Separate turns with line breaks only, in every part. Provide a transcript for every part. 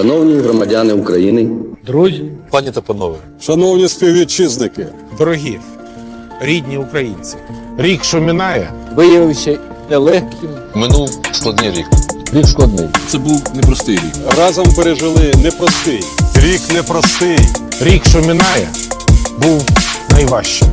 Шановні громадяни України,
Друзі,
Пані та панове,
Шановні співвітчизники,
Дорогі рідні українці, рік, що минає,
виявився нелегким.
минув складний рік. Рік складний.
разом пережили непростий рік непростий.
рік, що минає, був найважчим.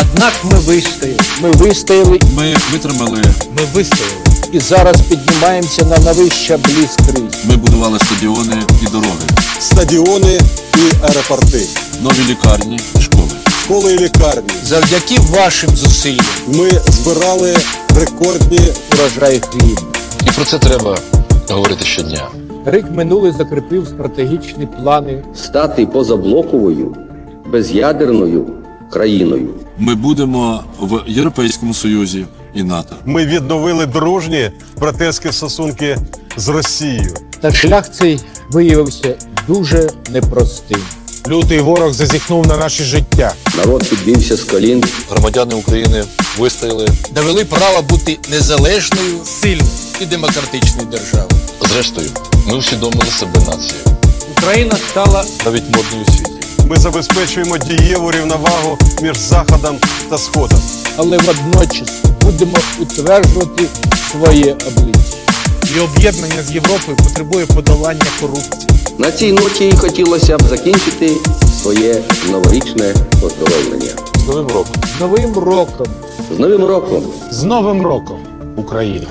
Однак ми вистояли. Ми вистояли
Ми витримали,
Ми вистояли.
і зараз піднімаємося на новища бліскриць.
ми будували стадіони і дороги,
Стадіони і аеропорти,
нові лікарні, школи.
школи і лікарні.
Завдяки вашим зусиллям
Ми збирали рекордні
урожай хліб.
І про це треба говорити щодня.
Рик минулий закріпив стратегічні плани.
стати позаблоковою без'ядерною країною.
Ми будемо в Європейському Союзі і НАТО.
Ми відновили дружні братерські стосунки з Росією.
Та шлях цей виявився дуже непростим.
Лютий ворог зазіхнув на наше життя.
Народ підвівся з колін,
Громадяни України вистояли.
довели право бути незалежною, сильною і демократичною державою.
Зрештою, ми усвідомили себе нацією,
Україна стала
навіть модною у світі.
Ми забезпечуємо дієву рівновагу між Заходом та Сходом.
але водночас будемо утверджувати своє обличчя.
І об'єднання з Європою потребує подолання корупції.
на цій ноті і хотілося б закінчити своє новорічне поздоровлення.
З новим роком!
З новим роком!
З Новим роком!
З Новим роком, Україна!